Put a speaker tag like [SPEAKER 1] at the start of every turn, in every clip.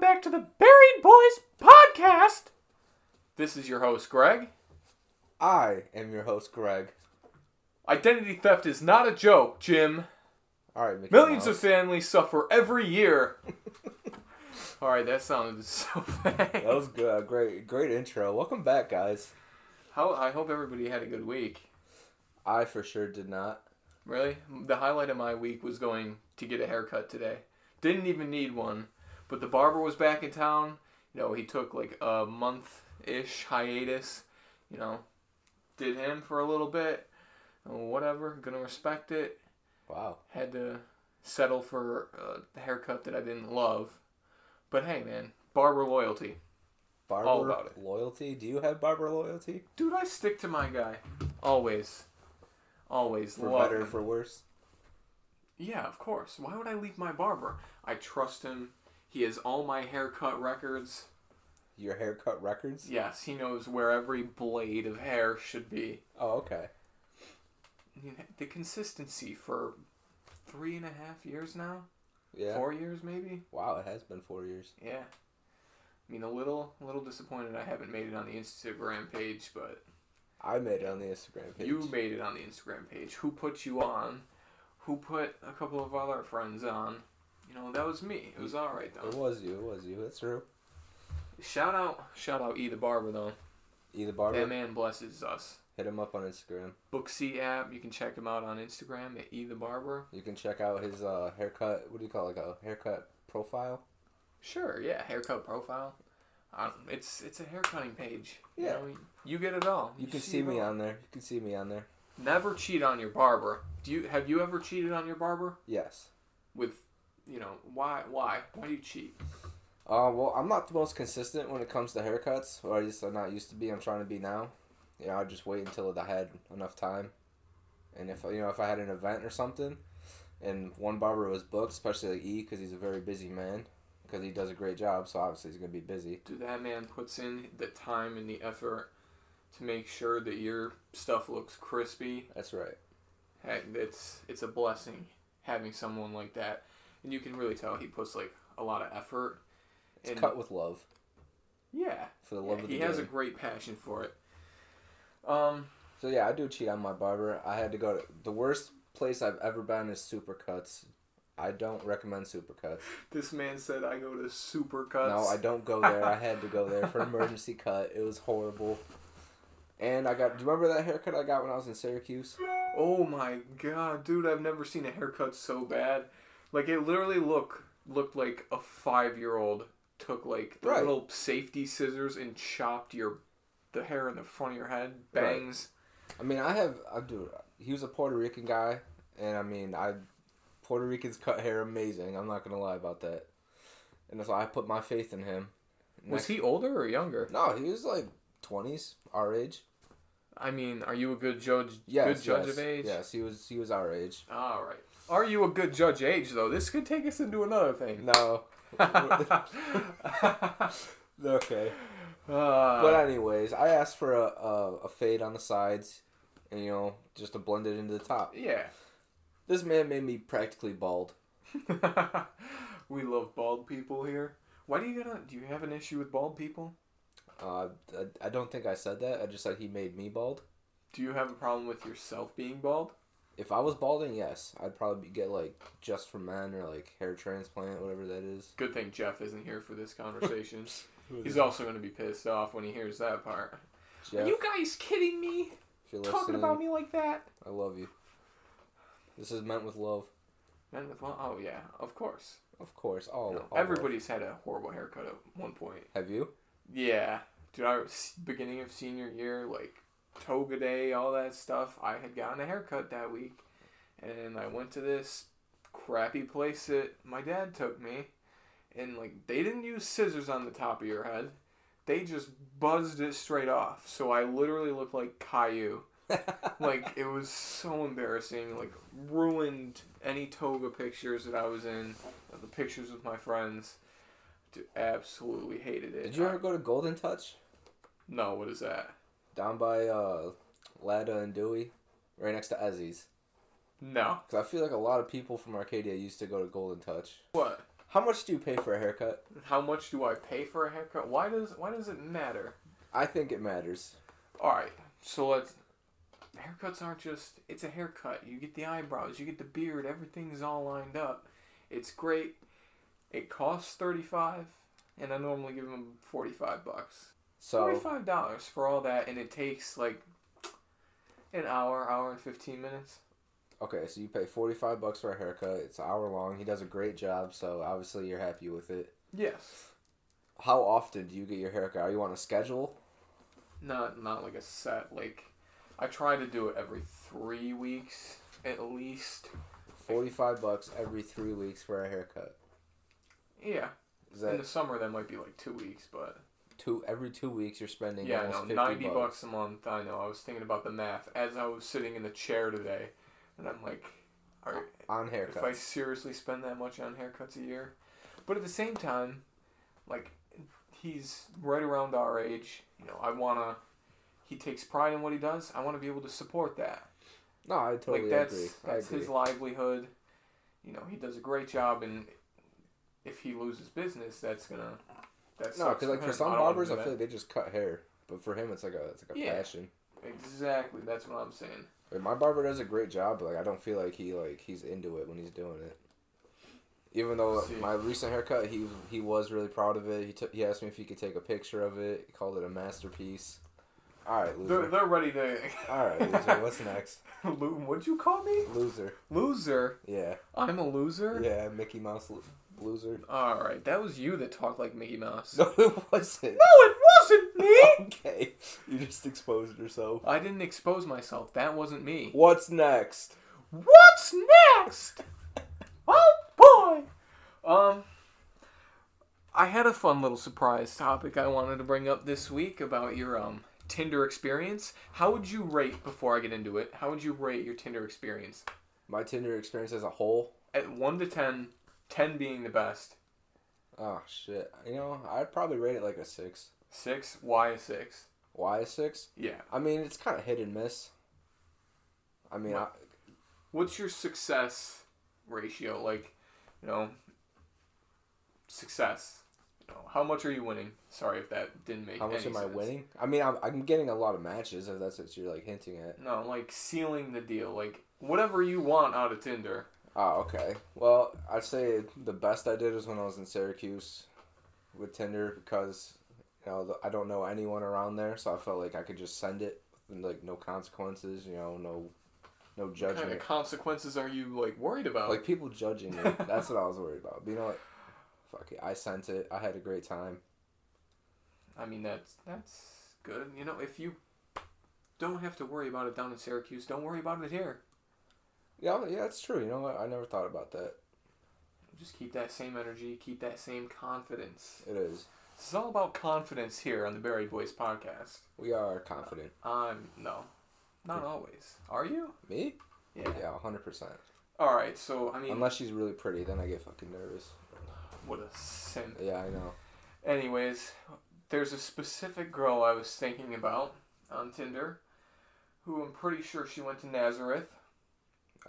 [SPEAKER 1] back to the Buried Boys podcast. This is your host, Greg.
[SPEAKER 2] I am your host, Greg.
[SPEAKER 1] Identity theft is not a joke, Jim.
[SPEAKER 2] All right, Mickey
[SPEAKER 1] Millions of
[SPEAKER 2] Mouse.
[SPEAKER 1] families suffer every year. All right, that sounded so bad.
[SPEAKER 2] That was good. Great, great intro. Welcome back, guys.
[SPEAKER 1] How, I hope everybody had a good week.
[SPEAKER 2] I for sure did not.
[SPEAKER 1] Really? The highlight of my week was going to get a haircut today. Didn't even need one, but the barber was back in town. You know, he took like a month ish hiatus. You know, did him for a little bit. uh, Whatever, gonna respect it.
[SPEAKER 2] Wow.
[SPEAKER 1] Had to settle for a haircut that I didn't love. But hey, man, barber loyalty.
[SPEAKER 2] Barber
[SPEAKER 1] All about it.
[SPEAKER 2] loyalty. Do you have barber loyalty?
[SPEAKER 1] Dude, I stick to my guy. Always. Always.
[SPEAKER 2] For
[SPEAKER 1] love
[SPEAKER 2] better,
[SPEAKER 1] him.
[SPEAKER 2] for worse.
[SPEAKER 1] Yeah, of course. Why would I leave my barber? I trust him. He has all my haircut records.
[SPEAKER 2] Your haircut records.
[SPEAKER 1] Yes, he knows where every blade of hair should be.
[SPEAKER 2] Oh, okay.
[SPEAKER 1] You know, The consistency for three and a half years now?
[SPEAKER 2] Yeah.
[SPEAKER 1] Four years maybe?
[SPEAKER 2] Wow, it has been four years.
[SPEAKER 1] Yeah. I mean a little a little disappointed I haven't made it on the Instagram page, but
[SPEAKER 2] I made it on the Instagram page.
[SPEAKER 1] you made it on the Instagram page. Who put you on? Who put a couple of other friends on? You know, that was me. It was alright
[SPEAKER 2] It
[SPEAKER 1] though.
[SPEAKER 2] was you. It was you. That's true. Mm-hmm.
[SPEAKER 1] Shout out shout out E the Barber though.
[SPEAKER 2] Either barber.
[SPEAKER 1] That man blesses us.
[SPEAKER 2] Hit him up on Instagram.
[SPEAKER 1] Booksy app, you can check him out on Instagram at E the Barber.
[SPEAKER 2] You can check out his uh, haircut. What do you call it? Like a haircut profile.
[SPEAKER 1] Sure, yeah, haircut profile. I don't- it's it's a hair cutting page. You
[SPEAKER 2] Yeah.
[SPEAKER 1] know, You, get it all.
[SPEAKER 2] You can see
[SPEAKER 1] it
[SPEAKER 2] me
[SPEAKER 1] all.
[SPEAKER 2] on there. You can see me on there.
[SPEAKER 1] Never cheat on your barber. Do you have you ever cheated on your barber
[SPEAKER 2] Yes.
[SPEAKER 1] with, you know, why why why do you cheat?
[SPEAKER 2] Uh, well, I'm not the most consistent when it comes to haircuts, or at least I'm not used to be. I'm trying to be now. You know, I just wait until I had enough time, and if you know if I had an event or something, and one barber was booked, especially like E, because he's a very busy man, because he does a great job, so obviously he's gonna be busy.
[SPEAKER 1] Dude, that man puts in the time and the effort to make sure that your stuff looks crispy
[SPEAKER 2] That's right.
[SPEAKER 1] Heck, it's it's a blessing having someone like that, and you can really tell he puts like a lot of effort.
[SPEAKER 2] It's
[SPEAKER 1] and
[SPEAKER 2] cut with love
[SPEAKER 1] yeah,
[SPEAKER 2] for the love
[SPEAKER 1] yeah,
[SPEAKER 2] of the
[SPEAKER 1] he has a
[SPEAKER 2] game.
[SPEAKER 1] great passion for it. Um,
[SPEAKER 2] So yeah, I do cheat on my barber. I had to go to the worst place I've ever been is Supercuts. I don't recommend Supercuts.
[SPEAKER 1] this man said I go to Supercuts.
[SPEAKER 2] No, I don't go there. I had to go there for an emergency cut. It was horrible. And I got. Do you remember that haircut I got when I was in Syracuse?
[SPEAKER 1] Oh my god, dude! I've never seen a haircut so bad. Like it literally look looked like a five year old took like the
[SPEAKER 2] Right.
[SPEAKER 1] little safety scissors and chopped your the hair in the front of your head bangs.
[SPEAKER 2] I mean, I have. I do. He was a Puerto Rican guy, and I mean, I Puerto Ricans cut hair amazing. I'm not gonna lie about that. And so I put my faith in him.
[SPEAKER 1] Was he older or younger?
[SPEAKER 2] No, he was like 20s, our age.
[SPEAKER 1] I mean, are you a good judge? good
[SPEAKER 2] Yes,
[SPEAKER 1] judge
[SPEAKER 2] yes,
[SPEAKER 1] of age.
[SPEAKER 2] Yes, he was. He was our age.
[SPEAKER 1] All right. Are you a good judge of age though? This could take us into another thing.
[SPEAKER 2] No.
[SPEAKER 1] Uh,
[SPEAKER 2] okay. But anyways, I asked for a, a, a fade on the sides, and you know, just to blend it into the top.
[SPEAKER 1] yeah,
[SPEAKER 2] This man made me practically bald.
[SPEAKER 1] we love bald people here. Why do you gotta? Do you have an issue with bald people?
[SPEAKER 2] Uh, I, I don't think I said that. I just said he made me bald.
[SPEAKER 1] Do you have a problem with yourself being bald?
[SPEAKER 2] If I was balding, yes, I'd probably get like just for men or like hair transplant, whatever that is.
[SPEAKER 1] Good thing Jeff isn't here for this conversation. He's also gonna be pissed off when he hears that part.
[SPEAKER 2] Jeff,
[SPEAKER 1] Are you guys kidding me?
[SPEAKER 2] if you're
[SPEAKER 1] Talking
[SPEAKER 2] listening,
[SPEAKER 1] about me like that?
[SPEAKER 2] I love you. This is meant with love,
[SPEAKER 1] And with well, oh yeah, of course.
[SPEAKER 2] of course. All,
[SPEAKER 1] No,
[SPEAKER 2] all
[SPEAKER 1] everybody's had a horrible haircut at one point.
[SPEAKER 2] love. Have you?
[SPEAKER 1] Yeah, dude. I was beginning of senior year, like toga day, all that stuff. I had gotten a haircut that week, and I went to this crappy place that my dad took me, and like they didn't use scissors on the top of your head. They just buzzed it straight off. So I literally looked like Caillou. Like it was so embarrassing. Like ruined any toga pictures that I was in, the pictures with my friends. Dude, absolutely hated it.
[SPEAKER 2] Did you ever go to Golden Touch
[SPEAKER 1] No, what is that?
[SPEAKER 2] down by uh, Lada and Dewey, right next to Ezzy's?
[SPEAKER 1] No.
[SPEAKER 2] Because I feel like a lot of people from Arcadia used to go to Golden Touch.
[SPEAKER 1] What?
[SPEAKER 2] How much do you pay for a haircut?
[SPEAKER 1] How much do I pay for a haircut? Why does why does it matter?
[SPEAKER 2] I think it matters.
[SPEAKER 1] All right, so let's. Haircuts aren't just. It's a haircut. You get the eyebrows, you get the beard, everything's all lined up. It's great. It costs thirty five, and I normally give them forty five bucks. Forty
[SPEAKER 2] So
[SPEAKER 1] five dollars for all that, and it takes like an hour, hour and fifteen minutes.
[SPEAKER 2] okay, so you pay forty five bucks for a haircut. It's an hour long. He does a great job, so obviously you're happy with it.
[SPEAKER 1] Yes.
[SPEAKER 2] How often do you get your haircut? Are you on a schedule?
[SPEAKER 1] Not not like a set. Like I try to do it every three weeks at least.
[SPEAKER 2] Forty five bucks every three weeks for a haircut.
[SPEAKER 1] Yeah.
[SPEAKER 2] Is
[SPEAKER 1] In
[SPEAKER 2] that
[SPEAKER 1] the summer that might be like two weeks, but
[SPEAKER 2] two every two weeks you're spending
[SPEAKER 1] yeah,
[SPEAKER 2] almost
[SPEAKER 1] no,
[SPEAKER 2] fifty
[SPEAKER 1] ninety
[SPEAKER 2] bucks.
[SPEAKER 1] bucks a month. I know. I was thinking about the math as I was sitting in the chair today, and I'm like, all right,
[SPEAKER 2] on
[SPEAKER 1] if I
[SPEAKER 2] haircuts.
[SPEAKER 1] seriously spend that much on haircuts a year. But at the same time, like he's right around our age. You know, I wanna. He takes pride in what he does. I want to be able to support that.
[SPEAKER 2] No, I totally
[SPEAKER 1] like that's
[SPEAKER 2] agree.
[SPEAKER 1] that's
[SPEAKER 2] I agree.
[SPEAKER 1] his livelihood. You know, he does a great job, and if he loses business, that's gonna. That's
[SPEAKER 2] no, because like for some barbers, I feel like they just cut hair, but for him, it's like a it's like a
[SPEAKER 1] Yeah.
[SPEAKER 2] passion.
[SPEAKER 1] exactly. That's what I'm saying.
[SPEAKER 2] Like, my barber does a great job, but like I don't feel like he like he's into it when he's doing it. Even though
[SPEAKER 1] See.
[SPEAKER 2] my recent haircut, he he was really proud of it. He took he asked me if he could take a picture of it. He called it a masterpiece. All right,
[SPEAKER 1] They're,
[SPEAKER 2] loser.
[SPEAKER 1] they're ready to.
[SPEAKER 2] All right, loser. What's next?
[SPEAKER 1] Loon, what'd you call me?
[SPEAKER 2] Loser.
[SPEAKER 1] Loser.
[SPEAKER 2] Yeah,
[SPEAKER 1] I'm a loser.
[SPEAKER 2] yeah. Mickey Mouse lo- loser.
[SPEAKER 1] All right, that was you that talked like Mickey Mouse.
[SPEAKER 2] No, it wasn't.
[SPEAKER 1] it wasn't me.
[SPEAKER 2] Okay, you just exposed yourself.
[SPEAKER 1] I didn't expose myself. That wasn't me.
[SPEAKER 2] What's next?
[SPEAKER 1] What's next? oh boy. Um, I had a fun little surprise topic I wanted to bring up this week about your um Tinder experience. How would you rate before I get into it? How would you rate your Tinder experience?
[SPEAKER 2] My Tinder experience as a whole.
[SPEAKER 1] At one to ten, ten being the best.
[SPEAKER 2] Oh shit! You know, I'd probably rate it like a six.
[SPEAKER 1] Six. Why a six?
[SPEAKER 2] Why a six?
[SPEAKER 1] Yeah.
[SPEAKER 2] I mean, it's kind of hit and miss. I mean, I,
[SPEAKER 1] what's your success ratio like you know success you know, how much are you winning sorry if that didn't make
[SPEAKER 2] how much
[SPEAKER 1] any
[SPEAKER 2] am I
[SPEAKER 1] sense.
[SPEAKER 2] winning? I mean, I'm, I'm getting a lot of matches. If that's what you're like hinting at.
[SPEAKER 1] no like sealing the deal like whatever you want out of tinder
[SPEAKER 2] Oh, okay. Well, I'd say the best I did was when I was in Syracuse with Tinder because you know I don't know anyone around there, so I felt like I could just send it, with, like no consequences. You know, no, no
[SPEAKER 1] what kind
[SPEAKER 2] judgment.
[SPEAKER 1] of consequences are you like worried about
[SPEAKER 2] like people judging me. That's what I was worried about. But you know what? Fuck it. I sent it. I had a great time.
[SPEAKER 1] i mean that's that's good you know if you don't have to worry about it down in syracuse don't worry about it here
[SPEAKER 2] Yeah, yeah, that's true. You know what? I never thought about that.
[SPEAKER 1] just keep that same energy keep that same confidence
[SPEAKER 2] It is.
[SPEAKER 1] this is all about confidence here on the buried boys podcast
[SPEAKER 2] We are confident.
[SPEAKER 1] Um, no, not always. Are you?
[SPEAKER 2] Me?
[SPEAKER 1] Yeah.
[SPEAKER 2] Yeah, hundred percent.
[SPEAKER 1] All right. So I mean,
[SPEAKER 2] Unless she's really pretty, then I get fucking nervous.
[SPEAKER 1] what a simp.
[SPEAKER 2] Yeah, I know.
[SPEAKER 1] Anyways, there's a specific girl I was thinking about on Tinder, who I'm pretty sure she went to Nazareth.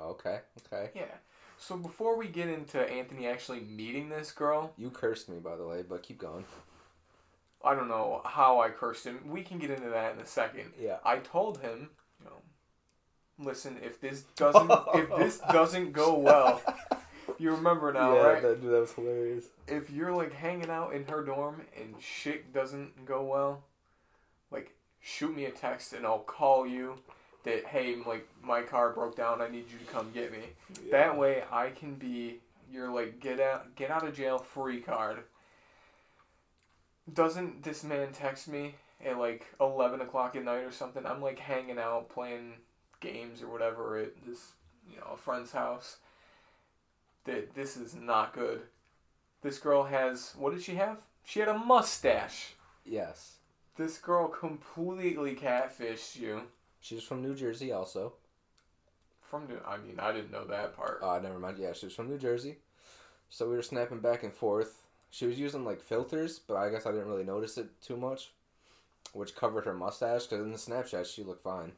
[SPEAKER 2] Okay, okay.
[SPEAKER 1] Yeah. So before we get into Anthony actually meeting this girl,
[SPEAKER 2] You cursed me, by the way, but keep going.
[SPEAKER 1] I don't know how I cursed him. We can get into that in a second.
[SPEAKER 2] Yeah.
[SPEAKER 1] I told him, you know, listen, if this doesn't if this doesn't go Oh, well, you remember now, right?
[SPEAKER 2] that, that was hilarious.
[SPEAKER 1] if you're like hanging out in her dorm and shit doesn't go well, like shoot me a text and I'll call you that hey like my car broke down, I need you to come get me. That way I can be your like get out get out of jail free card. Doesn't this man text me at like eleven o'clock at night or something? I'm like hanging out playing games or whatever at this you know, a friend's house. That this is not good this girl has what did she have? She had a mustache.
[SPEAKER 2] Yes.
[SPEAKER 1] This girl completely catfished you.
[SPEAKER 2] She's from New Jersey, also.
[SPEAKER 1] From the- I mean, I didn't know that part.
[SPEAKER 2] Uh, never mind. Yeah, she was from New Jersey. So we were snapping back and forth. She was using like filters, but I guess I didn't really notice it too much, which covered her mustache. Cause in the Snapchat, she looked fine.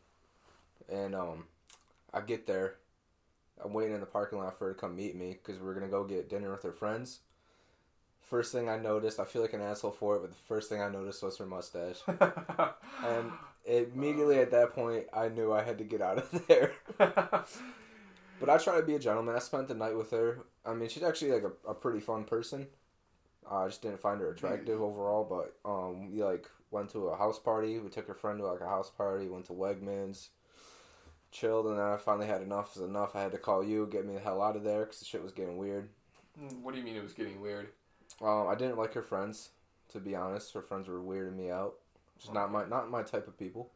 [SPEAKER 2] And um, I get there. I'm waiting in the parking lot for her to come meet me because we're gonna go get dinner with her friends. First thing I noticed, I feel like an asshole for it, but the first thing I noticed was her mustache. And immediately at that point, I knew I had to get out of there. But I try to be a gentleman. I spent the night with her. I mean, she's actually like a, a pretty fun person. Uh, I just didn't find her attractive overall. But um, we like went to a house party. We took her friend to like a house party. Went to Wegmans, chilled, and then I finally had enough. Is enough. I had to call you, get me the hell out of there because the shit was getting weird.
[SPEAKER 1] Mm, what do you mean it was getting weird?
[SPEAKER 2] Um, I didn't like her friends, to be honest. Her friends were weirding me out. Just not my not my type of people.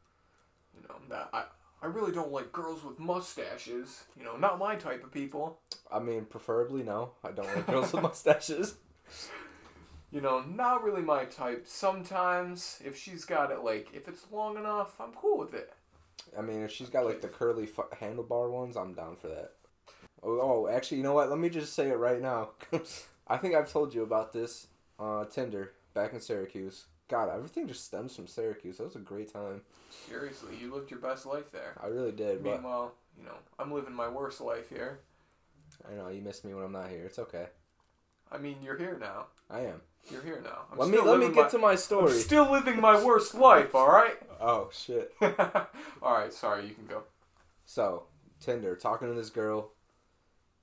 [SPEAKER 1] You know, that I I really don't like girls with mustaches. You know, not my type of people.
[SPEAKER 2] I mean, preferably no. I don't like girls with mustaches.
[SPEAKER 1] You know, not really my type. Sometimes if she's got it, like if it's long enough, I'm cool with it.
[SPEAKER 2] I mean, if she's got like the curly fu- handlebar ones, I'm down for that. Oh, oh, actually, you know what? Let me just say it right now. I think I've told you about this uh, Tinder back in Syracuse. God, everything just stems from Syracuse. That was a great time.
[SPEAKER 1] Seriously, you lived your best life there.
[SPEAKER 2] I really did. But
[SPEAKER 1] Meanwhile, you know, I'm living my worst life here.
[SPEAKER 2] I know you miss me when I'm not here. It's okay.
[SPEAKER 1] I mean, you're here now.
[SPEAKER 2] I am.
[SPEAKER 1] You're here now. I'm
[SPEAKER 2] let me let me
[SPEAKER 1] living
[SPEAKER 2] get
[SPEAKER 1] my,
[SPEAKER 2] to my
[SPEAKER 1] I'm
[SPEAKER 2] story.
[SPEAKER 1] still living my worst life. All right.
[SPEAKER 2] oh shit.
[SPEAKER 1] all right. Sorry, you can go.
[SPEAKER 2] So Tinder, talking to this girl,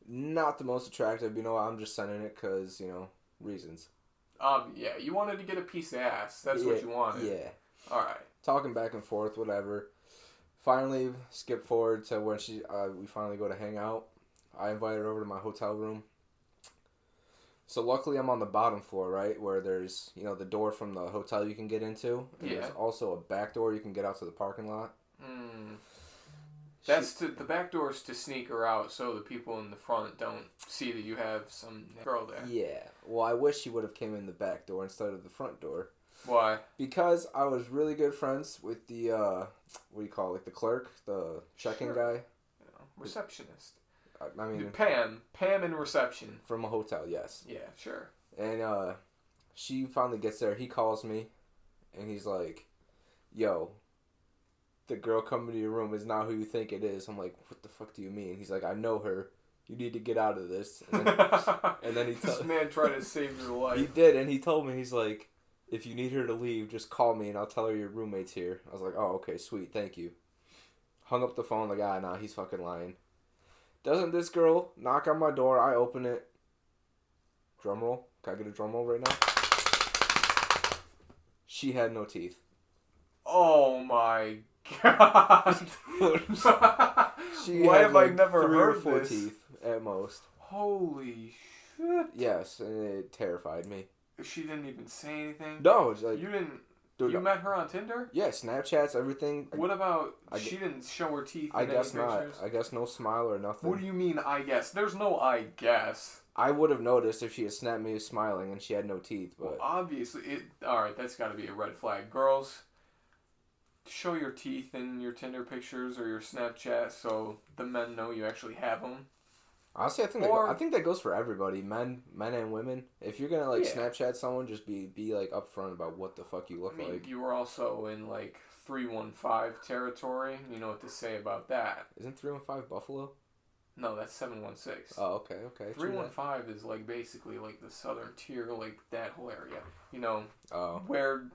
[SPEAKER 2] not the most attractive. You know, what? I'm just sending it because you know reasons.
[SPEAKER 1] Um, yeah, you wanted to get a piece of ass. That's what
[SPEAKER 2] Yeah,
[SPEAKER 1] you wanted.
[SPEAKER 2] Yeah.
[SPEAKER 1] All right.
[SPEAKER 2] talking back and forth, whatever. Finally, skip forward to when she uh, we finally go to hang out. I invite her over to my hotel room. So luckily, I'm on the bottom floor, right, where there's you know the door from the hotel you can get into, and
[SPEAKER 1] Yeah.
[SPEAKER 2] there's also a back door you can get out to the parking lot.
[SPEAKER 1] Mm, that's to the back doors to sneak her out, so the people in the front don't see that you have some girl there.
[SPEAKER 2] She- yeah. Well, I wish she would have came in the back door instead of the front door
[SPEAKER 1] Why?
[SPEAKER 2] because I was really good friends with the uh, what do you call it, like the clerk, the check-in
[SPEAKER 1] Sure.
[SPEAKER 2] guy.
[SPEAKER 1] You know, receptionist.
[SPEAKER 2] I, I mean,
[SPEAKER 1] Pam. Pam in reception.
[SPEAKER 2] from a hotel, yes.
[SPEAKER 1] Yeah, sure.
[SPEAKER 2] And uh, she finally gets there. He calls me, and he's like, "Yo, the girl coming to your room is not who you think it is." I'm like, "What the fuck do you mean?" He's like, "I know her. You need to get out of this." And then
[SPEAKER 1] and
[SPEAKER 2] then he
[SPEAKER 1] this
[SPEAKER 2] tell-
[SPEAKER 1] man tried to save your
[SPEAKER 2] he
[SPEAKER 1] life.
[SPEAKER 2] did, and he told me he's like, "If you need her to leave, just call me, and I'll tell her your roommate's here." I was like, "Oh, okay, sweet, thank you." Hung up the phone. Like, ah, nah, he's fucking lying. Doesn't this girl knock on my door? I open it. Drum roll. Can I get a drum roll right now? She had no teeth.
[SPEAKER 1] Oh my god.
[SPEAKER 2] She
[SPEAKER 1] Why
[SPEAKER 2] had,
[SPEAKER 1] have I
[SPEAKER 2] like,
[SPEAKER 1] never
[SPEAKER 2] three
[SPEAKER 1] heard
[SPEAKER 2] or four
[SPEAKER 1] this?
[SPEAKER 2] teeth at most.
[SPEAKER 1] Holy shit.
[SPEAKER 2] Yes, and it terrified me.
[SPEAKER 1] She didn't even say anything.
[SPEAKER 2] No, it's like
[SPEAKER 1] You didn't.
[SPEAKER 2] dude.
[SPEAKER 1] you met her on Tinder?
[SPEAKER 2] yeah, Snapchats, everything.
[SPEAKER 1] What about
[SPEAKER 2] I
[SPEAKER 1] she didn't show her teeth?
[SPEAKER 2] I
[SPEAKER 1] in
[SPEAKER 2] guess
[SPEAKER 1] any
[SPEAKER 2] not.
[SPEAKER 1] pictures?
[SPEAKER 2] I guess no smile or nothing.
[SPEAKER 1] What do you mean? I guess there's no I guess.
[SPEAKER 2] I would have noticed if she had snapped me smiling and she had no teeth,
[SPEAKER 1] Well,
[SPEAKER 2] but
[SPEAKER 1] obviously, it. All right, that's got to be a red flag, girls. Show your teeth in your Tinder pictures or your Snapchat so the men know you actually have them.
[SPEAKER 2] honestly, I think that,
[SPEAKER 1] Or-
[SPEAKER 2] I think that goes for everybody, men, men and women. If you're gonna like
[SPEAKER 1] Yeah.
[SPEAKER 2] Snapchat someone, just be be like upfront about what the fuck you look
[SPEAKER 1] I mean,
[SPEAKER 2] like.
[SPEAKER 1] you were also in like three one five territory. You know what to say about that.
[SPEAKER 2] Isn't three one five Buffalo?
[SPEAKER 1] No, that's seven one six.
[SPEAKER 2] Oh, okay, okay.
[SPEAKER 1] Three
[SPEAKER 2] true
[SPEAKER 1] one
[SPEAKER 2] that.
[SPEAKER 1] five is like basically like the southern tier, like that whole area. You know,
[SPEAKER 2] Oh,
[SPEAKER 1] where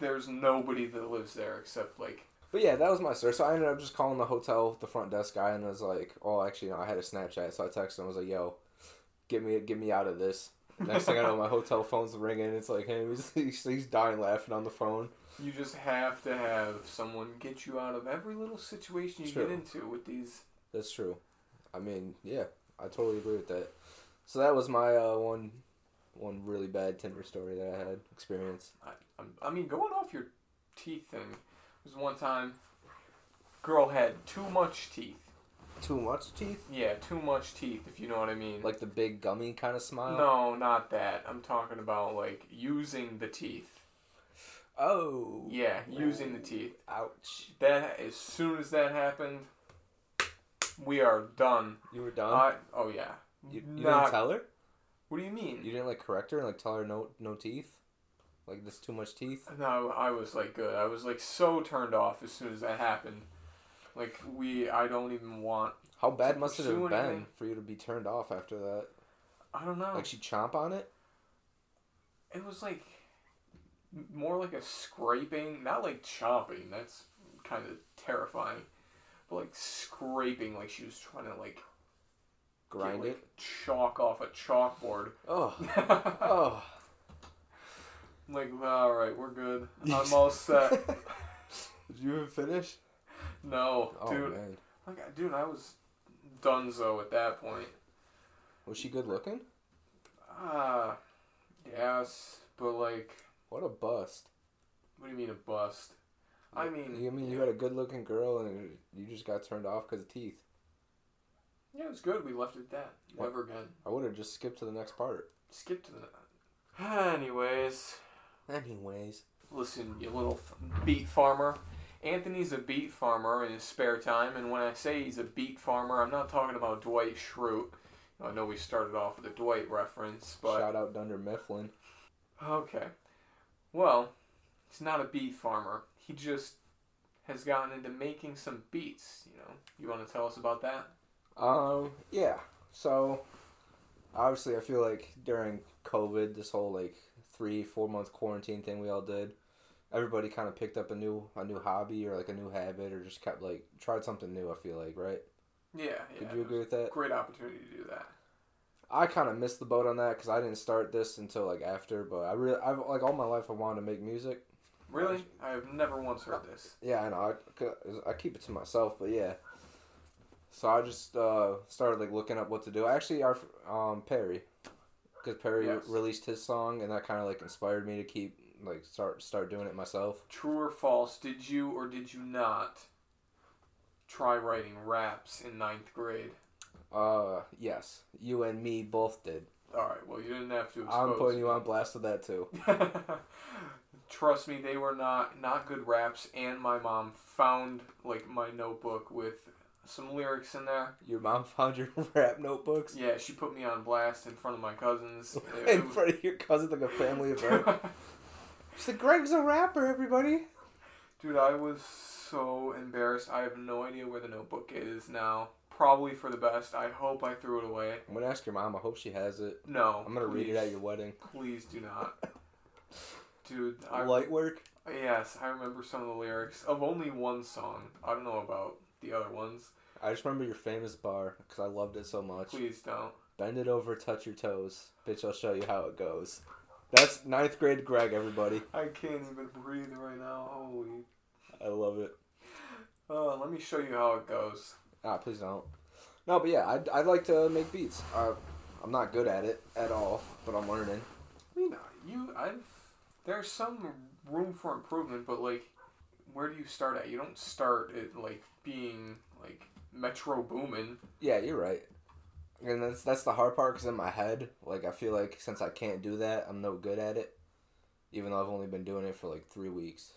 [SPEAKER 1] there's nobody that lives there except like
[SPEAKER 2] but yeah, that was my story. So I ended up just calling the hotel, the front desk guy, and was like, "Oh, actually, no, I had a Snapchat." So I texted him. I was like, "Yo, get me get me out of this." Next thing I know, my hotel phone's ringing. It's like him. He's, he's, he's dying laughing on the phone.
[SPEAKER 1] you just have to have someone get you out of every little situation you
[SPEAKER 2] True.
[SPEAKER 1] get into with these.
[SPEAKER 2] That's true. I mean, yeah, I totally agree with that. So that was my uh, one, one really bad Tinder story that I had experience.
[SPEAKER 1] I, I'm- um, I mean, going off your teeth thing. There was one time, girl had too much teeth.
[SPEAKER 2] Too much teeth,
[SPEAKER 1] Yeah, too much teeth. If you know what I mean.
[SPEAKER 2] like the big gummy kind of smile.
[SPEAKER 1] no, not that. I'm talking about like using the teeth.
[SPEAKER 2] Oh.
[SPEAKER 1] Yeah, using the teeth.
[SPEAKER 2] Ouch.
[SPEAKER 1] That as soon as that happened, we are done.
[SPEAKER 2] You were done.
[SPEAKER 1] I, oh yeah.
[SPEAKER 2] you you
[SPEAKER 1] Not-
[SPEAKER 2] didn't tell her.
[SPEAKER 1] What do you mean?
[SPEAKER 2] You didn't like correct her and like tell her no no teeth. Like this too much teeth.
[SPEAKER 1] No, I was like good. I was like so turned off as soon as that happened. Like we, I don't even want.
[SPEAKER 2] How bad must it have
[SPEAKER 1] pursue
[SPEAKER 2] been
[SPEAKER 1] anything?
[SPEAKER 2] for you to be turned off after that?
[SPEAKER 1] Oh. I don't know.
[SPEAKER 2] Like she chomp on it.
[SPEAKER 1] it was like more like a scraping, not like chopping. That's kind of terrifying, but like scraping, like she was trying to like get,
[SPEAKER 2] Grind
[SPEAKER 1] like,
[SPEAKER 2] it.
[SPEAKER 1] chalk off a chalkboard.
[SPEAKER 2] Oh, oh.
[SPEAKER 1] I'm like, all right, we're good. I'm all set.
[SPEAKER 2] Oh. Did you even finish?
[SPEAKER 1] No,
[SPEAKER 2] Oh
[SPEAKER 1] dude,
[SPEAKER 2] man,
[SPEAKER 1] like, dude, I was donezo at that point.
[SPEAKER 2] was she good looking?
[SPEAKER 1] Ah, yes, but like,
[SPEAKER 2] What a bust!
[SPEAKER 1] what do you mean a bust? I mean,
[SPEAKER 2] You I mean you had a good looking girl and you just got turned off because of teeth.
[SPEAKER 1] yeah, it was good. We left it at that.
[SPEAKER 2] What?
[SPEAKER 1] Never again.
[SPEAKER 2] I would have just skipped to the next part.
[SPEAKER 1] Skip to the. Anyways,
[SPEAKER 2] Anyways,
[SPEAKER 1] listen, you little f- beet farmer. Anthony's a beet farmer in his spare time, and when I say he's a beet farmer, I'm not talking about Dwight Schrute. I know we started off with a Dwight reference, but
[SPEAKER 2] shout out Dunder Mifflin.
[SPEAKER 1] Okay. Well, he's not a beet farmer. He just has gotten into making some beets, you know. You want to tell us about that?
[SPEAKER 2] Um, yeah. So obviously, I feel like during COVID, this whole like three four month quarantine thing we all did, everybody kind of picked up a new a new hobby or like a new habit or just kept like tried something new. I feel like right.
[SPEAKER 1] Yeah, yeah.
[SPEAKER 2] Could you agree with that?
[SPEAKER 1] Great opportunity to do that.
[SPEAKER 2] I kind of missed the boat on that because I didn't start this until like after, but I really, I've like all my life I wanted to make music.
[SPEAKER 1] Really? I have never once heard this.
[SPEAKER 2] Yeah, I know. I, I keep it to myself, but yeah. So I just uh, started like looking up what to do. Actually, our um Perry, because Perry
[SPEAKER 1] Yes.
[SPEAKER 2] released his song, and that kind of like inspired me to keep like start start doing it myself.
[SPEAKER 1] True or false, did you or did you not try writing raps in ninth grade?
[SPEAKER 2] Uh, yes, you and me both did.
[SPEAKER 1] Alright, well, you didn't have to expose
[SPEAKER 2] I'm putting you on blast with that too.
[SPEAKER 1] Trust me, they were not not good raps, and my mom found like my notebook with some lyrics in there.
[SPEAKER 2] Your mom found your rap notebooks
[SPEAKER 1] Yeah, she put me on blast in front of my cousins. It- it
[SPEAKER 2] in
[SPEAKER 1] was-
[SPEAKER 2] front of your cousin like a family event. She's like, Greg's a rapper, everybody.
[SPEAKER 1] Dude, I was so embarrassed. I have no idea where the notebook is now. Probably for the best. I hope I threw it away.
[SPEAKER 2] I'm gonna ask your mom. I hope she has it.
[SPEAKER 1] No.
[SPEAKER 2] I'm gonna read it
[SPEAKER 1] please-
[SPEAKER 2] at your wedding.
[SPEAKER 1] Please do not. Dude, I
[SPEAKER 2] Light work.
[SPEAKER 1] yes, I remember some of the lyrics of only one song. I don't know about the other ones.
[SPEAKER 2] I just remember your famous bar because I loved it so much.
[SPEAKER 1] Please don't.
[SPEAKER 2] Bend it over, touch your toes, bitch. I'll show you how it goes. That's ninth grade Greg, everybody.
[SPEAKER 1] I can't even breathe right now. Holy.
[SPEAKER 2] I love it.
[SPEAKER 1] Uh, let me show you how it goes.
[SPEAKER 2] Ah, please don't. No, but yeah, I'd, I'd like to make beats. I, I'm not good at it at all, but I'm learning.
[SPEAKER 1] I mean, you, I've, there's some room for improvement, but like, where do you start at? You don't start at like being like Metro Boomin.
[SPEAKER 2] Yeah, you're right. And that's that's the hard part because in my head, like I feel like since I can't do that, I'm no good at it. Even though I've only been doing it for like three weeks.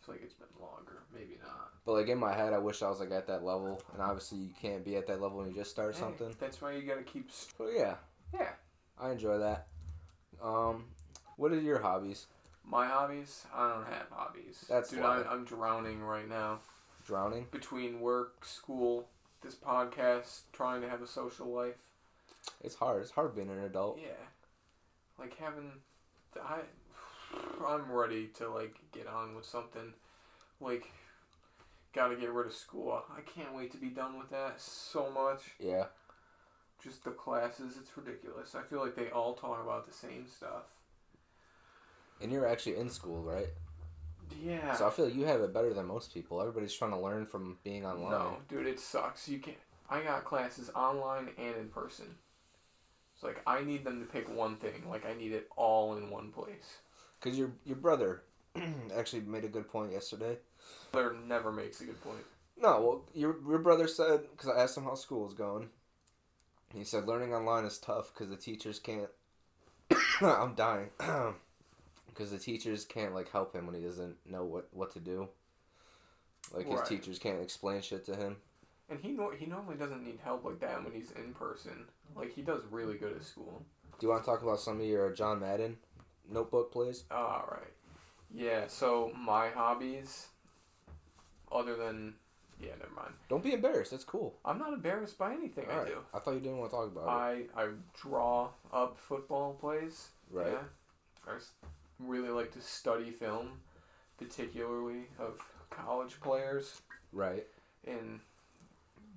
[SPEAKER 1] It's like it's been longer, maybe not.
[SPEAKER 2] But like in my head, I wish I was like at that level, and obviously you can't be at that level when you just start
[SPEAKER 1] Hey,
[SPEAKER 2] something.
[SPEAKER 1] That's why you gotta keep. St-
[SPEAKER 2] But yeah,
[SPEAKER 1] yeah,
[SPEAKER 2] I enjoy that. Um, what are your hobbies?
[SPEAKER 1] my hobbies. I don't have hobbies.
[SPEAKER 2] That's
[SPEAKER 1] dude.
[SPEAKER 2] why.
[SPEAKER 1] I, I'm drowning right now
[SPEAKER 2] Drowning.
[SPEAKER 1] between work, school, this podcast, trying to have a social life.
[SPEAKER 2] It's hard. It's hard being an adult.
[SPEAKER 1] Yeah, like having, I, I'm ready to like get on with something, like, gotta get rid of school. I can't wait to be done with that so much.
[SPEAKER 2] Yeah.
[SPEAKER 1] Just the classes, it's ridiculous. I feel like they all talk about the same stuff.
[SPEAKER 2] And you're actually in school, right?
[SPEAKER 1] Yeah.
[SPEAKER 2] So I feel you have it better than most people. Everybody's trying to learn from being online.
[SPEAKER 1] no, dude, it sucks. You can't. I got classes online and in person. It's like I need them to pick one thing. Like I need it all in one place.
[SPEAKER 2] Cause your your brother actually made a good point yesterday.
[SPEAKER 1] There never makes a good point.
[SPEAKER 2] No, well, your your brother said because I asked him how school is going. He said learning online is tough because the teachers can't. I'm dying because the teachers can't like help him when he doesn't know what what to do. Like his
[SPEAKER 1] Right.
[SPEAKER 2] teachers can't explain shit to him.
[SPEAKER 1] And he nor- he normally doesn't need help like that when he's in person. Like he does really good at school.
[SPEAKER 2] Do you want to talk about some of your John Madden notebook plays?
[SPEAKER 1] All right. Yeah. So my hobbies, other than yeah, never mind.
[SPEAKER 2] Don't be embarrassed. That's cool.
[SPEAKER 1] I'm not embarrassed by anything I
[SPEAKER 2] Alright.
[SPEAKER 1] do. Uh,
[SPEAKER 2] I thought you didn't want to talk about it.
[SPEAKER 1] I I draw up football plays.
[SPEAKER 2] Right.
[SPEAKER 1] Yeah. I s- really like to study film, particularly of college players,
[SPEAKER 2] Right.
[SPEAKER 1] and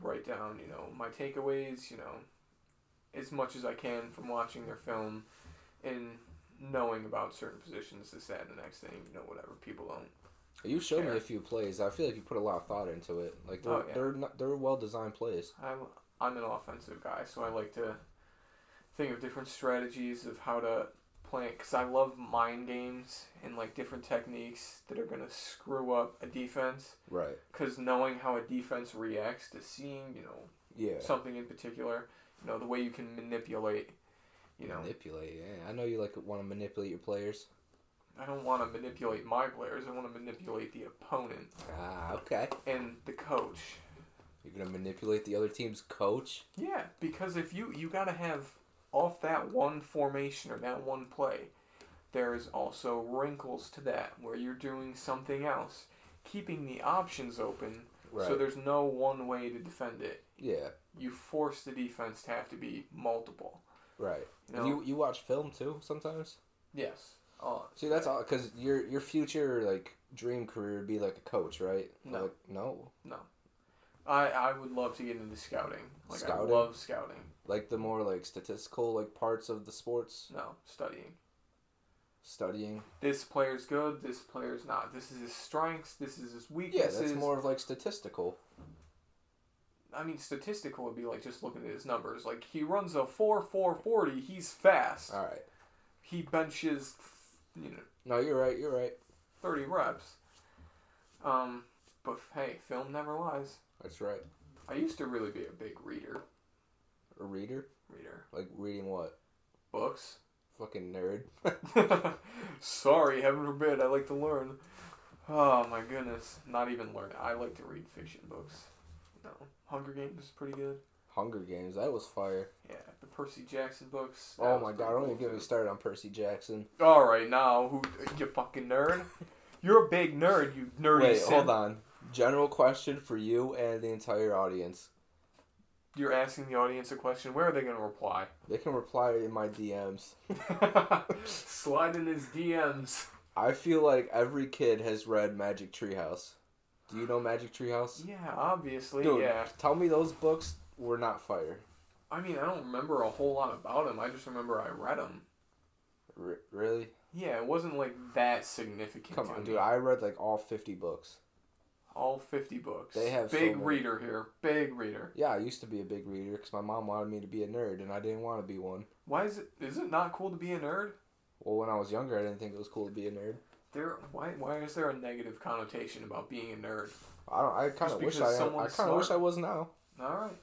[SPEAKER 1] write down, you know, my takeaways, you know, as much as I can from watching their film and knowing about certain positions, this, that, and the next thing, you know, whatever. People don't.
[SPEAKER 2] You showed
[SPEAKER 1] Fair.
[SPEAKER 2] me a few plays. I feel like you put a lot of thought into it. Like they're
[SPEAKER 1] Oh, yeah.
[SPEAKER 2] they're not, they're well designed plays.
[SPEAKER 1] I'm, I'm an offensive guy, so I like to think of different strategies of how to play because I love mind games and like different techniques that are going to screw up a defense.
[SPEAKER 2] Right.
[SPEAKER 1] Because knowing how a defense reacts to seeing, you know,
[SPEAKER 2] Yeah.
[SPEAKER 1] something in particular, you know, the way you can manipulate, you know,
[SPEAKER 2] Manipulate. Yeah. I know you like want to manipulate your players.
[SPEAKER 1] I don't want to manipulate my players, I want to manipulate the opponent
[SPEAKER 2] Ah, okay.
[SPEAKER 1] and the coach.
[SPEAKER 2] You're gonna manipulate the other team's coach.
[SPEAKER 1] Yeah, because if you you gotta have off that one formation or that one play, there is also wrinkles to that where you're doing something else, keeping the options open so there's no one way to defend it.
[SPEAKER 2] yeah.
[SPEAKER 1] You force the defense to have to be multiple.
[SPEAKER 2] Right.
[SPEAKER 1] You know?
[SPEAKER 2] You you watch film too sometimes.
[SPEAKER 1] yes. Uh,
[SPEAKER 2] See, that's all because your your future like dream career would be like a coach, right?
[SPEAKER 1] No.
[SPEAKER 2] Like, no.
[SPEAKER 1] I I would love to get into scouting. Like
[SPEAKER 2] Scouting?
[SPEAKER 1] I love scouting.
[SPEAKER 2] Like the more like statistical like parts of the sports
[SPEAKER 1] No, studying.
[SPEAKER 2] studying.
[SPEAKER 1] This player's good. This player's not. This is his strengths. This is his
[SPEAKER 2] Yeah,
[SPEAKER 1] weaknesses.
[SPEAKER 2] that's more of like statistical.
[SPEAKER 1] I mean, statistical would be like just looking at his numbers. Like he runs a four four forty. He's fast.
[SPEAKER 2] All right.
[SPEAKER 1] He benches, you know,
[SPEAKER 2] No, you're right. You're right.
[SPEAKER 1] thirty reps. Um, but hey, film never lies.
[SPEAKER 2] That's right.
[SPEAKER 1] I used to really be a big reader.
[SPEAKER 2] A reader,
[SPEAKER 1] Reader
[SPEAKER 2] like reading what?
[SPEAKER 1] books.
[SPEAKER 2] Fucking nerd.
[SPEAKER 1] Sorry, heaven forbid. I like to learn. Oh my goodness, not even learn. I like to read fiction books. No, Hunger Games is pretty good.
[SPEAKER 2] Hunger Games. That was fire.
[SPEAKER 1] Yeah, the Percy Jackson books. that
[SPEAKER 2] Oh
[SPEAKER 1] was
[SPEAKER 2] my
[SPEAKER 1] pretty
[SPEAKER 2] god! Don't
[SPEAKER 1] cool,
[SPEAKER 2] even get
[SPEAKER 1] too.
[SPEAKER 2] me started on Percy Jackson.
[SPEAKER 1] All right, now who you fucking nerd? You're a big nerd, you nerdy.
[SPEAKER 2] Wait,
[SPEAKER 1] simp.
[SPEAKER 2] hold on. General question for you and the entire audience.
[SPEAKER 1] You're asking the audience a question. Where are they gonna reply?
[SPEAKER 2] They can reply in my DMs.
[SPEAKER 1] Slide in his DMs.
[SPEAKER 2] I feel like every kid has read Magic Treehouse. Do you know Magic Treehouse?
[SPEAKER 1] Yeah, obviously.
[SPEAKER 2] Dude,
[SPEAKER 1] Yeah.
[SPEAKER 2] tell me those books were not fire.
[SPEAKER 1] I mean, I don't remember a whole lot about him. I just remember I read him.
[SPEAKER 2] R- really?
[SPEAKER 1] Yeah, it wasn't like that significant.
[SPEAKER 2] Come
[SPEAKER 1] to
[SPEAKER 2] on,
[SPEAKER 1] me.
[SPEAKER 2] dude. I read like all 50 books.
[SPEAKER 1] All fifty books.
[SPEAKER 2] They have so
[SPEAKER 1] big
[SPEAKER 2] many.
[SPEAKER 1] reader here. Big reader.
[SPEAKER 2] Yeah, I used to be a big reader because my mom wanted me to be a nerd and I didn't want to be one.
[SPEAKER 1] Why is it? Is it not cool to be a nerd?
[SPEAKER 2] Well, when I was younger, I didn't think it was cool to be a nerd.
[SPEAKER 1] There. Why? Why is there a negative connotation about being a nerd?
[SPEAKER 2] I don't. I kind
[SPEAKER 1] Just
[SPEAKER 2] of wish
[SPEAKER 1] because
[SPEAKER 2] I. I
[SPEAKER 1] someone's
[SPEAKER 2] kind of wish I
[SPEAKER 1] smart.
[SPEAKER 2] was now.
[SPEAKER 1] All right.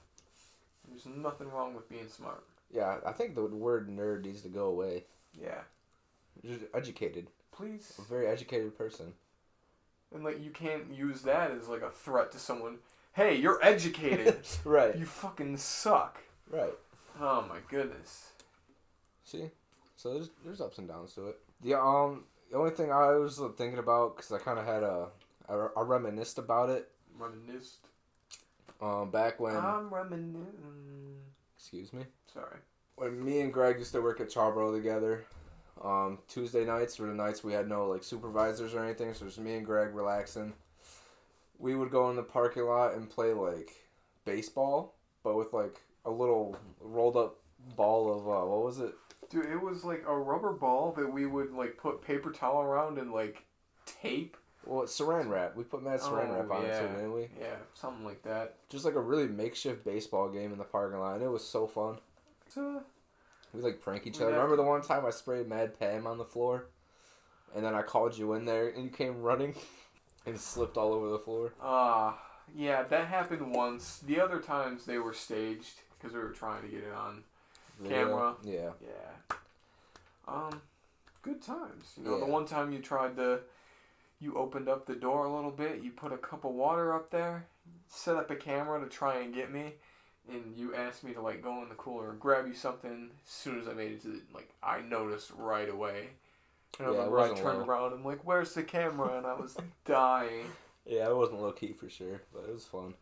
[SPEAKER 1] There's nothing wrong with being smart.
[SPEAKER 2] Yeah, I think the word nerd needs to go away.
[SPEAKER 1] Yeah.
[SPEAKER 2] Just educated.
[SPEAKER 1] Please.
[SPEAKER 2] A very educated person. Mm-hmm.
[SPEAKER 1] And like you can't use that as like a threat to someone. Hey, you're educated.
[SPEAKER 2] right.
[SPEAKER 1] you fucking suck.
[SPEAKER 2] Right.
[SPEAKER 1] Oh my goodness.
[SPEAKER 2] See, so there's there's ups and downs to it. The um the only thing I was thinking about because I kind of had a I, I reminisced about it
[SPEAKER 1] Reminisced.
[SPEAKER 2] um back when
[SPEAKER 1] I'm reminiscing.
[SPEAKER 2] excuse me
[SPEAKER 1] Sorry.
[SPEAKER 2] when me and Greg used to work at Charbro together. Um, Tuesday nights were the nights we had no like supervisors or anything, so just me and Greg relaxing. We would go in the parking lot and play like baseball, but with like a little rolled up ball of uh, what was it?
[SPEAKER 1] Dude, it was like a rubber ball that we would like put paper towel around and like tape.
[SPEAKER 2] Well, it's saran wrap. We put mad saran
[SPEAKER 1] Oh,
[SPEAKER 2] wrap on it
[SPEAKER 1] yeah.
[SPEAKER 2] too, didn't we?
[SPEAKER 1] Yeah, something like that.
[SPEAKER 2] just like a really makeshift baseball game in the parking lot, and it was so fun.
[SPEAKER 1] So,
[SPEAKER 2] We like prank each
[SPEAKER 1] We'd
[SPEAKER 2] other.
[SPEAKER 1] have
[SPEAKER 2] Remember the one time I sprayed Mad Pam on the floor, and then I called you in there, and you came running, and slipped all over the floor.
[SPEAKER 1] uh, yeah, that happened once. The other times they were staged because we were trying to get it on Camera.
[SPEAKER 2] Yeah.
[SPEAKER 1] Yeah. Um, good times. You know, the
[SPEAKER 2] Yeah.
[SPEAKER 1] one time you tried to, you opened up the door a little bit. You put a cup of water up there, set up a camera to try and get me, and you asked me to like go in the cooler and grab you something. As soon as I made it to, the, like, I noticed right away. And I
[SPEAKER 2] Yeah, it
[SPEAKER 1] remember I
[SPEAKER 2] wasn't
[SPEAKER 1] turned
[SPEAKER 2] long.
[SPEAKER 1] around. I'm like, "Where's the camera?" And I was dying.
[SPEAKER 2] Yeah, it wasn't low key for sure, but it was fun.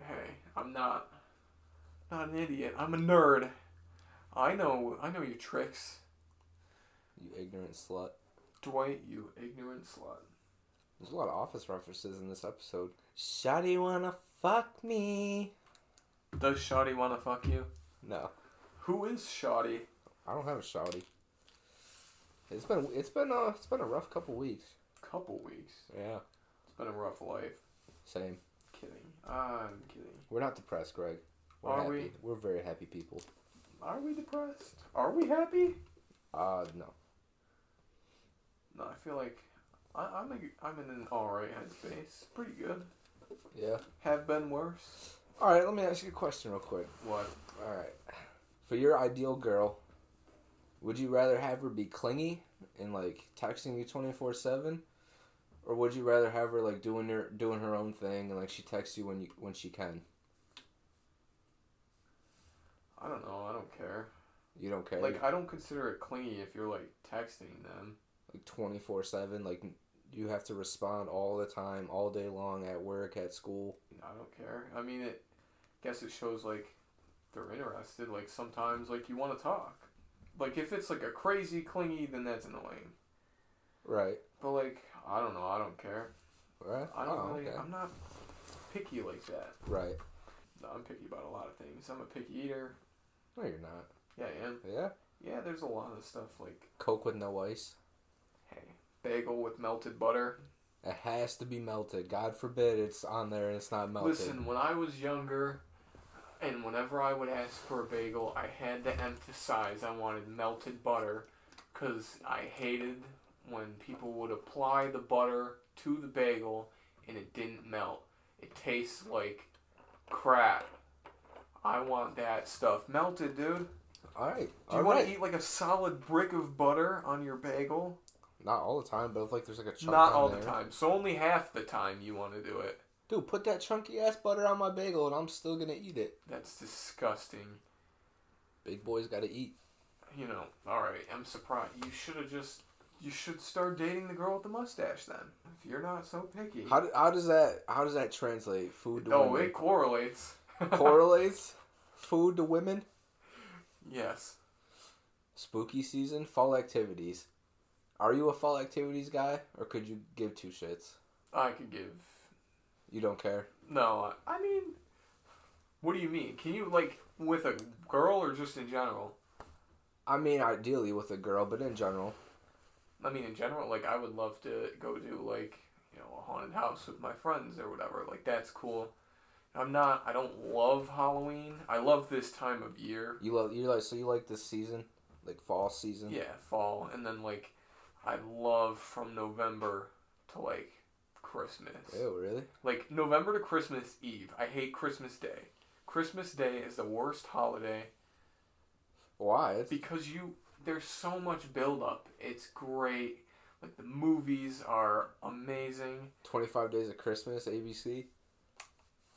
[SPEAKER 1] Hey, I'm not, not an idiot. I'm a nerd. I know. I know your tricks.
[SPEAKER 2] You ignorant slut.
[SPEAKER 1] Dwight, you ignorant slut.
[SPEAKER 2] There's a lot of office references in this episode. Shotty wanna fuck me?
[SPEAKER 1] Does Shoddy want to fuck you?
[SPEAKER 2] No,
[SPEAKER 1] Who is Shoddy?
[SPEAKER 2] I don't have a shotty. It's been it's been uh it's been a rough couple weeks.
[SPEAKER 1] Couple weeks.
[SPEAKER 2] Yeah.
[SPEAKER 1] It's been a rough life.
[SPEAKER 2] Same.
[SPEAKER 1] Kidding. I'm kidding.
[SPEAKER 2] We're not depressed, Greg. We're
[SPEAKER 1] Are
[SPEAKER 2] happy.
[SPEAKER 1] we?
[SPEAKER 2] We're very happy people.
[SPEAKER 1] Are we depressed? Are we happy?
[SPEAKER 2] Uh no.
[SPEAKER 1] No, I feel like I, I'm a, I'm in an all right headspace. Pretty good.
[SPEAKER 2] Yeah.
[SPEAKER 1] Have been worse.
[SPEAKER 2] All right. Let me ask you a question real quick.
[SPEAKER 1] What?
[SPEAKER 2] All right. For your ideal girl, would you rather have her be clingy and like texting you twenty four seven, or would you rather have her like doing her doing her own thing and like she texts you when you when she can?
[SPEAKER 1] I don't know. I don't care.
[SPEAKER 2] You don't care.
[SPEAKER 1] Like I don't consider it clingy if you're like texting them.
[SPEAKER 2] like 24 7 like you have to respond all the time all day long at work at school
[SPEAKER 1] I don't care. I mean, it. Guess it shows like they're interested. Like sometimes, like you want to talk. Like if it's like a crazy clingy, then that's annoying.
[SPEAKER 2] right
[SPEAKER 1] But like I don't know. I don't care.
[SPEAKER 2] right
[SPEAKER 1] I don't
[SPEAKER 2] oh,
[SPEAKER 1] really.
[SPEAKER 2] okay.
[SPEAKER 1] I'm not picky like that.
[SPEAKER 2] right
[SPEAKER 1] No, I'm picky about a lot of things. I'm a picky eater.
[SPEAKER 2] no you're not
[SPEAKER 1] Yeah, I am.
[SPEAKER 2] yeah
[SPEAKER 1] Yeah, there's a lot of stuff like
[SPEAKER 2] coke with no ice
[SPEAKER 1] hey, bagel with melted butter.
[SPEAKER 2] it has to be melted god forbid it's on there and it's not melted
[SPEAKER 1] Listen, when I was younger, and whenever I would ask for a bagel, I had to emphasize I wanted melted butter because I hated when people would apply the butter to the bagel and it didn't melt. It tastes like crap. I want that stuff melted, dude.
[SPEAKER 2] all right
[SPEAKER 1] Do
[SPEAKER 2] all
[SPEAKER 1] you want
[SPEAKER 2] right
[SPEAKER 1] to eat like a solid brick of butter on your bagel?
[SPEAKER 2] not all the time but if like there's like a chunk
[SPEAKER 1] Not
[SPEAKER 2] on
[SPEAKER 1] all
[SPEAKER 2] there.
[SPEAKER 1] the time. So only half the time you want to do it.
[SPEAKER 2] dude put that chunky ass butter on my bagel and i'm still gonna eat it
[SPEAKER 1] That's disgusting.
[SPEAKER 2] big boys gotta eat
[SPEAKER 1] you know, all right, I'm surprised. You should have just, you should start dating the girl with the mustache then. If you're not so picky.
[SPEAKER 2] how, do- how does that how does that translate food to
[SPEAKER 1] oh,
[SPEAKER 2] women
[SPEAKER 1] it correlates.
[SPEAKER 2] correlates food to women
[SPEAKER 1] yes.
[SPEAKER 2] Spooky season, fall activities. Are you a fall activities guy, or could you give two shits?
[SPEAKER 1] I could give.
[SPEAKER 2] You don't care.
[SPEAKER 1] No, I I mean, what do you mean? Can you, like, with a girl or just in general?
[SPEAKER 2] I mean, ideally with a girl, but in general,
[SPEAKER 1] I mean, in general, like, I would love to go do, like, you know, a haunted house with my friends or whatever. Like, that's cool. I'm not, I don't love Halloween. I love this time of year.
[SPEAKER 2] you love you like so you like this season, like fall season.
[SPEAKER 1] Yeah, fall, and then like I love from November to like Christmas.
[SPEAKER 2] Ew, really?
[SPEAKER 1] Like November to Christmas Eve. I hate Christmas Day. Christmas Day is the worst holiday
[SPEAKER 2] Why? It's,
[SPEAKER 1] because you there's so much build up. It's great. Like the movies are amazing.
[SPEAKER 2] Twenty five days of Christmas, ABC.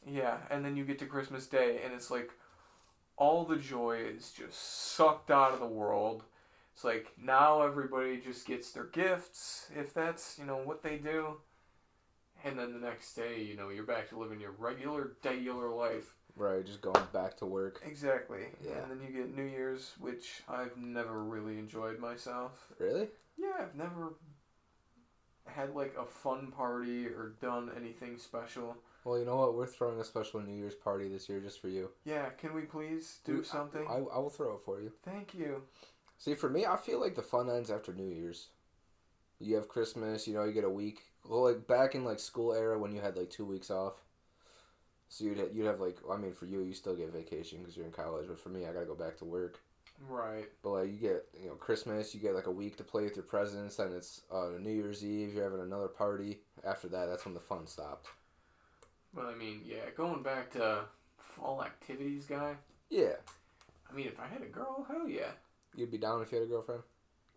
[SPEAKER 1] Yeah, and then you get to Christmas Day and it's like all the joy is just sucked out of the world. It's like now everybody just gets their gifts if that's, you know, what they do. And then the next day, you know, you're back to living your regular regular life.
[SPEAKER 2] Right, just going back to work.
[SPEAKER 1] Exactly.
[SPEAKER 2] Yeah.
[SPEAKER 1] And then you get New Year's, which I've never really enjoyed myself.
[SPEAKER 2] Really?
[SPEAKER 1] Yeah, I've never had like a fun party or done anything special.
[SPEAKER 2] Well, you know what? We're throwing a special New Year's party this year just for you.
[SPEAKER 1] Yeah, can we please do
[SPEAKER 2] Dude, I-
[SPEAKER 1] something?
[SPEAKER 2] I, I will throw it for you.
[SPEAKER 1] Thank you.
[SPEAKER 2] See, for me, I feel like the fun ends after New Year's. You have Christmas, you know, you get a week. Well, like back in like school era when you had like two weeks off, so you'd you'd have like I mean for you you still get vacation because you're in college, but for me I gotta go back to work.
[SPEAKER 1] Right.
[SPEAKER 2] But like you get you know Christmas, you get like a week to play with your presents, and it's uh, New Year's Eve. You're having another party. After that, that's when the fun stopped.
[SPEAKER 1] But I mean, yeah, going back to fall activities guy.
[SPEAKER 2] Yeah,
[SPEAKER 1] I mean, if I had a girl, hell yeah.
[SPEAKER 2] you'd be down if you had a girlfriend.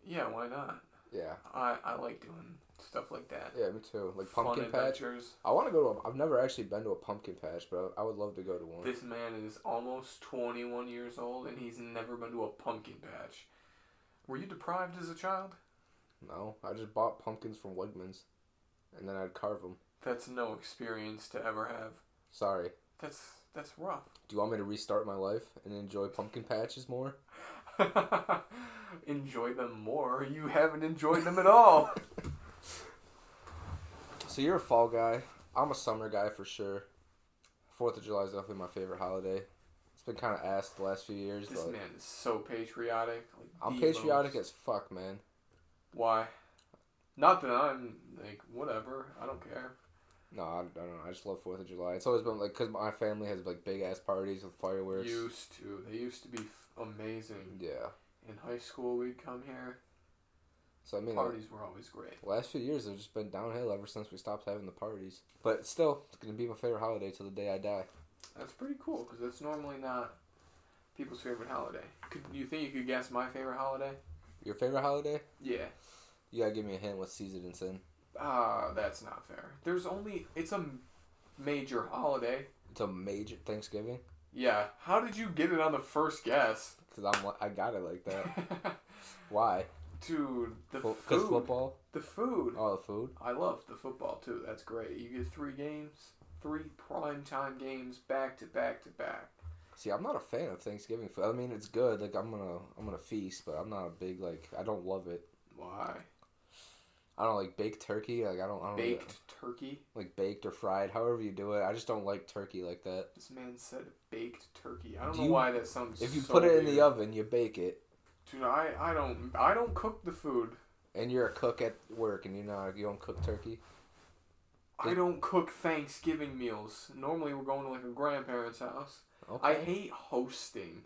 [SPEAKER 1] Yeah, why not?
[SPEAKER 2] Yeah,
[SPEAKER 1] I, I like doing stuff like that.
[SPEAKER 2] yeah, me too. Like pumpkin
[SPEAKER 1] Fun
[SPEAKER 2] patch.
[SPEAKER 1] adventures.
[SPEAKER 2] I want to go to. A, I've never actually been to a pumpkin patch, but I, I would love to go to one.
[SPEAKER 1] This man is almost 21 years old and he's never been to a pumpkin patch. Were you deprived as a child?
[SPEAKER 2] No, I just bought pumpkins from Wegmans, and then I'd carve them.
[SPEAKER 1] That's no experience to ever have.
[SPEAKER 2] Sorry.
[SPEAKER 1] That's that's rough.
[SPEAKER 2] Do you want me to restart my life and enjoy pumpkin patches more?
[SPEAKER 1] Enjoy them more. You haven't enjoyed them at all.
[SPEAKER 2] So you're a fall guy. I'm a summer guy for sure. Fourth of July is definitely my favorite holiday. It's been kind of ass the last few years.
[SPEAKER 1] this
[SPEAKER 2] but
[SPEAKER 1] man is so patriotic. Like,
[SPEAKER 2] I'm
[SPEAKER 1] the
[SPEAKER 2] patriotic
[SPEAKER 1] most.
[SPEAKER 2] as fuck, man.
[SPEAKER 1] Why? Not that I'm like whatever. I don't care.
[SPEAKER 2] No, I, I don't know. I just love Fourth of July. It's always been like because my family has like big ass parties with fireworks.
[SPEAKER 1] Used to. They used to be f- amazing.
[SPEAKER 2] Yeah.
[SPEAKER 1] In high school, we'd come here.
[SPEAKER 2] So I mean, like,
[SPEAKER 1] Parties were always great.
[SPEAKER 2] the last few years have just been downhill ever since we stopped having the parties. But still, it's gonna be my favorite holiday till the day I die.
[SPEAKER 1] That's pretty cool because that's normally not people's favorite holiday. Could you think you could guess my favorite holiday?
[SPEAKER 2] Your favorite holiday?
[SPEAKER 1] Yeah.
[SPEAKER 2] You gotta give me a hint what season it's in.
[SPEAKER 1] Ah, that's not fair. There's only it's a m- major holiday.
[SPEAKER 2] It's a major Thanksgiving.
[SPEAKER 1] Yeah. How did you get it on the first guess?
[SPEAKER 2] Cause I'm li- I got it like that. Why?
[SPEAKER 1] Dude, the
[SPEAKER 2] Fo- Cause
[SPEAKER 1] food.
[SPEAKER 2] football.
[SPEAKER 1] The food.
[SPEAKER 2] All the food.
[SPEAKER 1] I love the football too. That's great. You get three games, three prime time games back to back to back.
[SPEAKER 2] See, I'm not a fan of Thanksgiving food. I mean, it's good. Like I'm gonna I'm gonna feast, but I'm not a big like I don't love it.
[SPEAKER 1] Why?
[SPEAKER 2] I don't like baked turkey. Like I don't I don't really-
[SPEAKER 1] Baked turkey.
[SPEAKER 2] like baked or fried, however you do it. I just don't like turkey like that.
[SPEAKER 1] This man said baked turkey. I don't
[SPEAKER 2] Do
[SPEAKER 1] know
[SPEAKER 2] you-
[SPEAKER 1] why that sounds.
[SPEAKER 2] If you
[SPEAKER 1] so
[SPEAKER 2] put it in
[SPEAKER 1] weird.
[SPEAKER 2] the oven, you bake it,
[SPEAKER 1] dude, I, I don't I don't cook the food.
[SPEAKER 2] and you're a cook at work, and you know you don't cook turkey.
[SPEAKER 1] I don't cook Thanksgiving meals. Normally, we're going to like a grandparent's house.
[SPEAKER 2] Okay.
[SPEAKER 1] I hate hosting,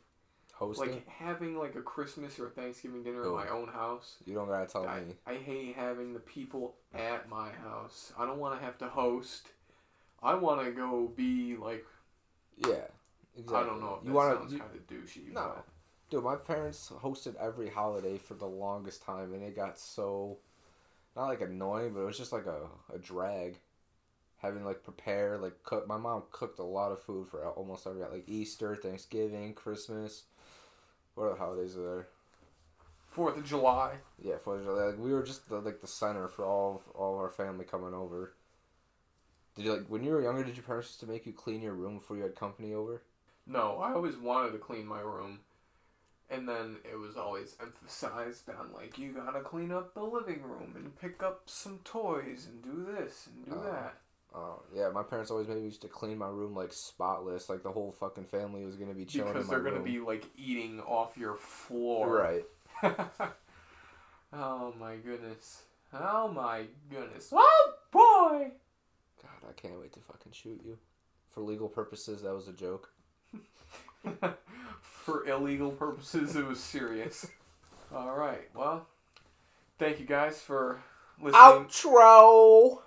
[SPEAKER 2] Hosting.
[SPEAKER 1] like having like a Christmas or Thanksgiving dinner
[SPEAKER 2] Oh.
[SPEAKER 1] at my own house.
[SPEAKER 2] you don't gotta tell
[SPEAKER 1] I,
[SPEAKER 2] me.
[SPEAKER 1] I hate having the people at my house. I don't want to have to host. I want to go be like
[SPEAKER 2] Yeah. Exactly.
[SPEAKER 1] I don't know. If
[SPEAKER 2] You
[SPEAKER 1] that
[SPEAKER 2] want
[SPEAKER 1] sounds
[SPEAKER 2] to?
[SPEAKER 1] kind of douchey?
[SPEAKER 2] No. Dude, my parents hosted every holiday for the longest time, and it got so not like annoying, but it was just like a, a drag. Having like prepare, like cook. My mom cooked a lot of food for almost every like Easter, Thanksgiving, Christmas. What other holidays are there?
[SPEAKER 1] but Fourth of July.
[SPEAKER 2] Yeah, Fourth of July. Like, we were just the, like the center for all of, all of our family coming over. Did you like when you were younger? Did your parents used to make you clean your room before you had company over?
[SPEAKER 1] No, I always wanted to clean my room, and then it was always emphasized on like you gotta clean up the living room and pick up some toys and do this and do
[SPEAKER 2] Oh.
[SPEAKER 1] that.
[SPEAKER 2] Uh, yeah, my parents always made me used to clean my room like spotless. Like the whole fucking family was gonna be chilling
[SPEAKER 1] because
[SPEAKER 2] in my
[SPEAKER 1] they're going to
[SPEAKER 2] room.
[SPEAKER 1] be like eating off your floor.
[SPEAKER 2] right.
[SPEAKER 1] oh my goodness. Oh my goodness. Oh boy.
[SPEAKER 2] God, I can't wait to fucking shoot you. For legal purposes, that was a joke.
[SPEAKER 1] For illegal purposes, it was serious. All right. Well, thank you guys for listening.
[SPEAKER 2] Outro.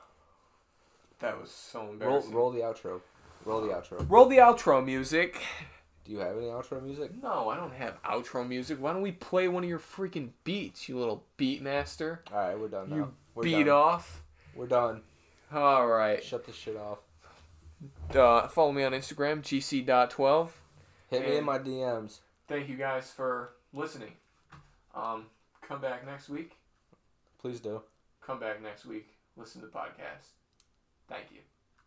[SPEAKER 1] That was so
[SPEAKER 2] Roll,
[SPEAKER 1] embarrassing.
[SPEAKER 2] roll the outro. Roll the outro.
[SPEAKER 1] roll the outro music.
[SPEAKER 2] Do you have any outro music?
[SPEAKER 1] No, I don't have outro music. Why don't we play one of your freaking beats, you little beat master?
[SPEAKER 2] All right, we're done now.
[SPEAKER 1] You
[SPEAKER 2] we're
[SPEAKER 1] beat
[SPEAKER 2] done.
[SPEAKER 1] off.
[SPEAKER 2] We're done.
[SPEAKER 1] All right.
[SPEAKER 2] Shut this shit off.
[SPEAKER 1] uh, follow me on Instagram, gc.12.
[SPEAKER 2] Hit me in
[SPEAKER 1] And-
[SPEAKER 2] my DMs.
[SPEAKER 1] Thank you guys for listening. Um, come back next week.
[SPEAKER 2] Please do.
[SPEAKER 1] Come back next week. Listen to the podcast. Thank you.